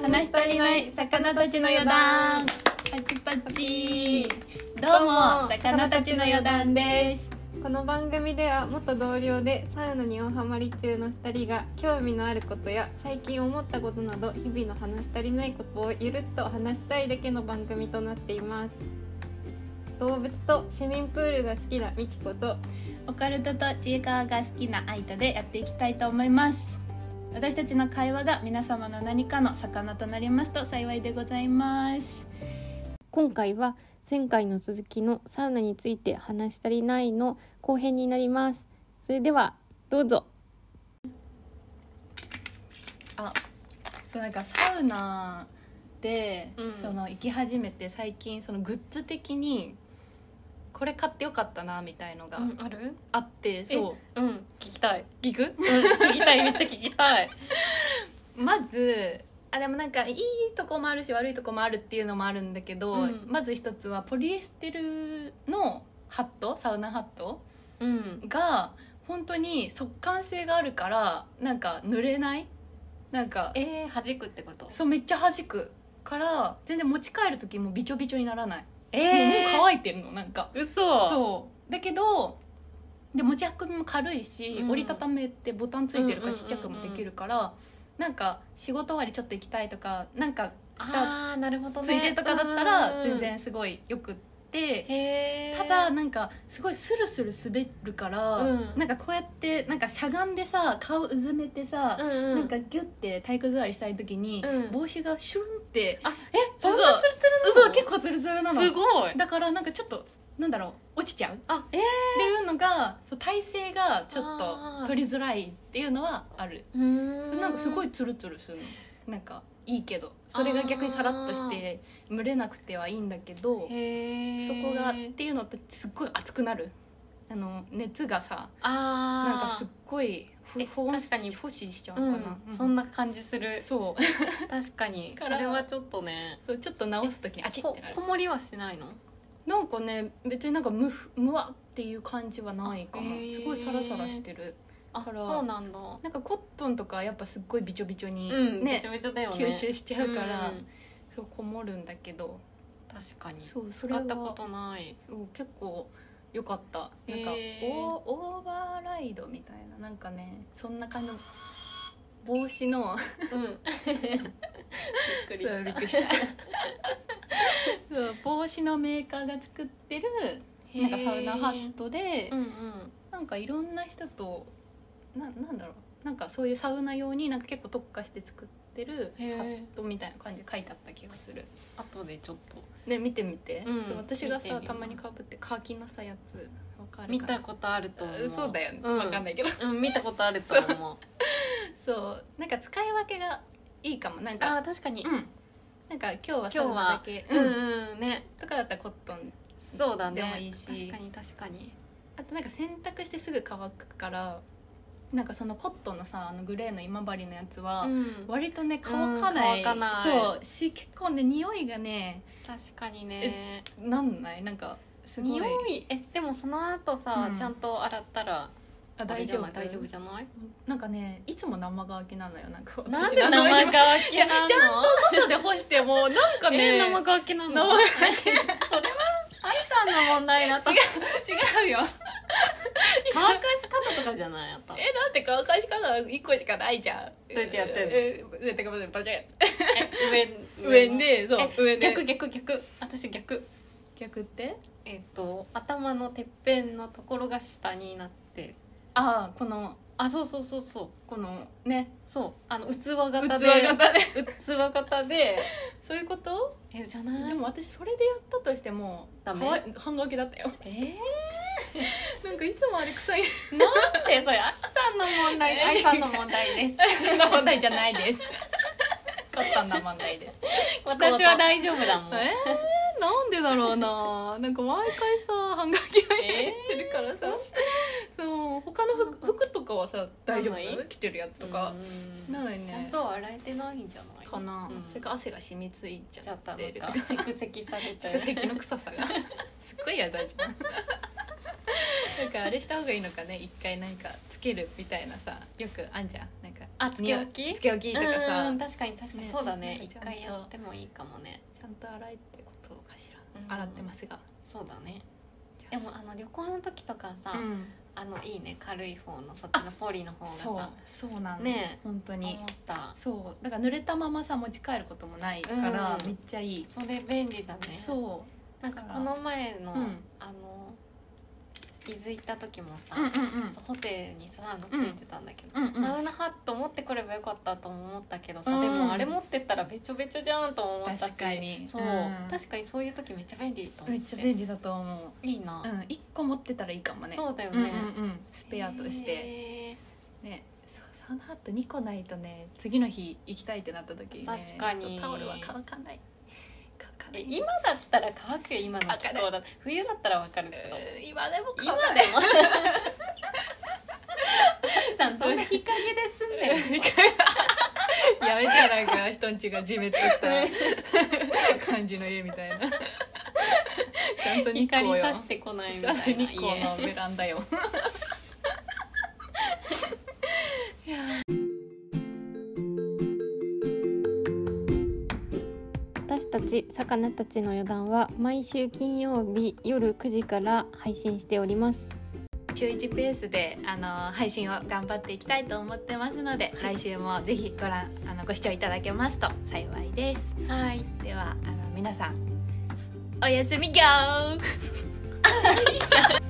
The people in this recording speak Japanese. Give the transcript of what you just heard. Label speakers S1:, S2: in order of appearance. S1: 話したりない魚たちの余談パチパチどうも魚たちの余談です
S2: この番組では元同僚でサウナに大ハマり中の2人が興味のあることや最近思ったことなど日々の話し足りないことをゆるっと話したいだけの番組となっています動物と市民プールが好きなみきこと
S1: オカルトと自由川が好きなアイトでやっていきたいと思います私たちの会話が皆様の何かの魚となりますと幸いでございます
S2: 今回は前回の続きのサウナについて話し足りないの後編になりますそれではどうぞ
S1: あそうなんかサウナで、
S2: うん
S1: その行き始めて最近そのグッズ的にこれ買ってよかったなみたいのが
S2: ある
S1: あって、そう
S2: うん聞きたい
S1: ギグ
S2: 聞きたいめっちゃ聞きたい
S1: まずあでもなんかいいとこもあるし悪いとこもあるっていうのもあるんだけど、
S2: うん
S1: まず一つはポリエステルのハットサウナハット
S2: うん
S1: が本当に速乾性があるからなんか濡れないなんか
S2: えー、弾くってこと
S1: そうめっちゃ弾くから全然持ち帰る時もびちょびちょにならない、もう
S2: え
S1: もう
S2: ー、
S1: 乾いてるのなんか
S2: 嘘
S1: そうだけどで持ち運びも軽いし、
S2: うん
S1: 折りたためってボタンついてるか
S2: うんうんうんうん
S1: らちっちゃくもできるから、なんか仕事終わりちょっと行きたいとかなんかした
S2: ああーなるほどね
S1: ついてとかだった
S2: うん
S1: ら
S2: うんうん
S1: 全然すごいよくって。
S2: へえ
S1: ただなんかすごいスルスル滑るから、
S2: うん
S1: なんかこうやってなんかしゃがんでさ顔うずめてさ、
S2: うんうん、
S1: なんかギュッて体育座りしたい時に、
S2: うん
S1: 帽子がシュンって
S2: あえそん
S1: そ
S2: な
S1: う
S2: ツルツル
S1: 嘘
S2: なの
S1: 結構ツルツルなの
S2: すごい
S1: だからなんかちょっとなんだろう落ちちゃう
S2: あえ
S1: っていうのがそう体勢がちょっ
S2: あー
S1: と取りづらいっていうのはある
S2: うーん
S1: なんかすごいツルツルするのなんかいいけどそれが逆にさらっとして蒸れなくてはいいんだけど
S2: へえ
S1: そこがっていうのってすっごい熱くなるあの熱がさ
S2: あ
S1: なんかすっごいふ
S2: え
S1: 保温し
S2: 確かに
S1: 保持しちゃう
S2: う
S1: の
S2: ん
S1: かな、う
S2: そんな感じす る
S1: そう
S2: 確かに
S1: だ
S2: そ
S1: から
S2: れはちょっとね
S1: そうちょっと直す時にあちって
S2: こ
S1: なる
S2: こもりはしないの
S1: なんかね別になんかむふむわっていう感じはないかな、
S2: あへー
S1: すごいサラサラしてる
S2: あ
S1: だから
S2: そうなんだ
S1: なんかコットンとかやっぱすっごいびちょびちょに、
S2: うんめ
S1: ね
S2: ちゃめちゃだよね
S1: 吸収しちゃうから、
S2: うん
S1: そうこもるんだけど
S2: 確かに
S1: そうそれ
S2: 使
S1: は
S2: ったこ とない
S1: うん結構良かったなんか、
S2: へー
S1: オーオーバーライドみたいななんかねそんな感じの帽子の
S2: うんびっくり
S1: そう
S2: し
S1: び
S2: た
S1: っくりした そう帽子のメーカーが作ってるなんかサウナハットで
S2: うんうん
S1: なんかいろんな人とななんだろうなんかそういうサウナ用になんか結構特化して作ってるハ
S2: へー
S1: ットみたいな感じで書いてあった気がする
S2: 後でちょっと
S1: ね見てみて、
S2: うん
S1: そう私が
S2: 見てみよ
S1: さ
S2: う
S1: たまにかぶってカーキのさやつわかるかな
S2: 見たことあると思う
S1: そうだよね、
S2: うん
S1: わかん ないけど
S2: うん見たことあると思う
S1: そうなんか使い分けがいいかもなん
S2: あ
S1: か
S2: ー確かに
S1: うんなんか今日はサウナだけ、
S2: うん
S1: うん
S2: うんね
S1: とかだったらコットン
S2: そうだね
S1: でもいいし
S2: 確かに確かに
S1: あとなんか洗濯してすぐ乾くからなんかそのコットンのさあのグレーの今治のやつは、
S2: うん
S1: 割とね乾かない,、
S2: うん乾かない
S1: そうし結構ね匂いがね
S2: 確かにね
S1: なんないなんかすごい
S2: 匂いえでもその後さ、
S1: うん
S2: ちゃんと洗ったら
S1: あ
S2: あれ
S1: 大
S2: じ
S1: 丈
S2: ゃな
S1: 夫
S2: い大丈夫じゃない
S1: なんかねいつも生乾きなのよなんか私
S2: なんで生乾きな の
S1: いやちゃん外で干してもなんかね
S2: え生乾きなの
S1: 生
S2: 乾きそれは愛さんの問題なと乾か
S1: 違うよ
S2: し方とかじゃないやっぱ
S1: えだって乾かし方は1個しかないじゃん
S2: どうやってやってんの
S1: ええてかまずバチャン
S2: え
S1: 上
S2: の
S1: でそう
S2: え
S1: 上で
S2: 逆逆逆私逆
S1: 逆って
S2: えっ、と頭のてっぺんのところが下になって
S1: ああこの
S2: あそうそうそうそう
S1: このね
S2: そうあの器
S1: 器
S2: 型で
S1: 型で
S2: 器型で
S1: そういうこと
S2: えじゃない
S1: でも私それでやったとしても
S2: ダメ
S1: かわい半乾きだったよ
S2: えー
S1: なんかいつもあれ臭い
S2: なんでそれ、あきさんの問題、
S1: え
S2: あきさんの問題です。
S1: そんな問題じゃないですコットンの問題です
S2: 私は大丈夫だもん。
S1: えー、なんでだろうななんか毎回さ半乾きが
S2: え
S1: してるからさ、そう他の服服とかはさ大丈
S2: ならな
S1: 夫着てるやつとか、
S2: うん
S1: なのに
S2: ちゃん
S1: ね
S2: と洗えてないんじゃない。
S1: かな、
S2: うん
S1: それか汗が染みついち
S2: ちゃ
S1: ゃ
S2: っ
S1: ったて
S2: の
S1: る
S2: か。蓄積されて
S1: 蓄積 の臭さがすっごい嫌だじゃんなんかあれした方がいいのかね一回なんかつけるみたいなさよくあんじゃんなんか
S3: あつけ置
S1: 匂
S3: き
S1: いつけ置きとかさ、
S3: うん確かに確かに
S1: ね
S3: そうだね
S1: なん
S3: 一
S1: かちゃんと
S3: 回やってもいいかもね
S1: ちゃんと洗いってことかしら、
S3: うん
S1: 洗ってますが
S3: そうだねでもあの旅行の時とかさ、
S1: うん、
S3: あのいいね軽い方のそっちのポリの方が
S1: そう
S3: さ
S1: そうなん
S3: ね
S1: 本当に
S3: 思った
S1: そうだから濡れたままさ持ち帰ることもないから、
S3: うん
S1: めっちゃいい、
S3: それ便利だね
S1: そ
S3: なんかこの前の、
S1: うん
S3: あの伊豆行った時もさ、
S1: ううんうん
S3: そうホテルにさあのついてたんだけど、
S1: うんうん
S3: サウナハット持ってくればよかったとも思ったけどさ、
S1: うん
S3: でもあれ持ってったらべちょべちょじゃんとも思ったし
S1: 確かに
S3: そう、
S1: うん
S3: 確かにそういう時めっちゃ便利と思
S1: め
S3: っ
S1: っち
S3: て
S1: ゃ便利だと思
S3: いいな、
S1: う、うん、1個持ってたらいいかもね
S3: そうだよ
S1: うんうん
S3: ね、
S1: うん、スペアとして
S3: へ
S1: ねそうサウナハット2個ないとね次の日行きたいってなった時ね
S3: 確かに
S1: そうタオルは乾かない乾か
S3: ー
S1: な
S3: え
S1: い
S3: 今だったら乾くよ今の気候だって冬だったらわかるけど
S1: うん今でも乾
S3: 今
S1: か
S3: で
S1: ない
S3: もさんどんな日陰で住んでるの
S1: やめてよなんか人んちがじめっとした感じの家みたいなちゃんと日光
S3: 光
S1: よ
S3: さしてこないみたいな
S1: 日光
S3: 家
S1: のベランダよ
S2: 私たち魚たちの余談は毎週金曜日夜9時から配信しております
S1: 週一ペースであの配信を頑張っていきたいと思ってますので来週もぜひご覧あのご視聴いただけますと幸いです
S3: はい
S1: ではあの皆さんおやすみギョー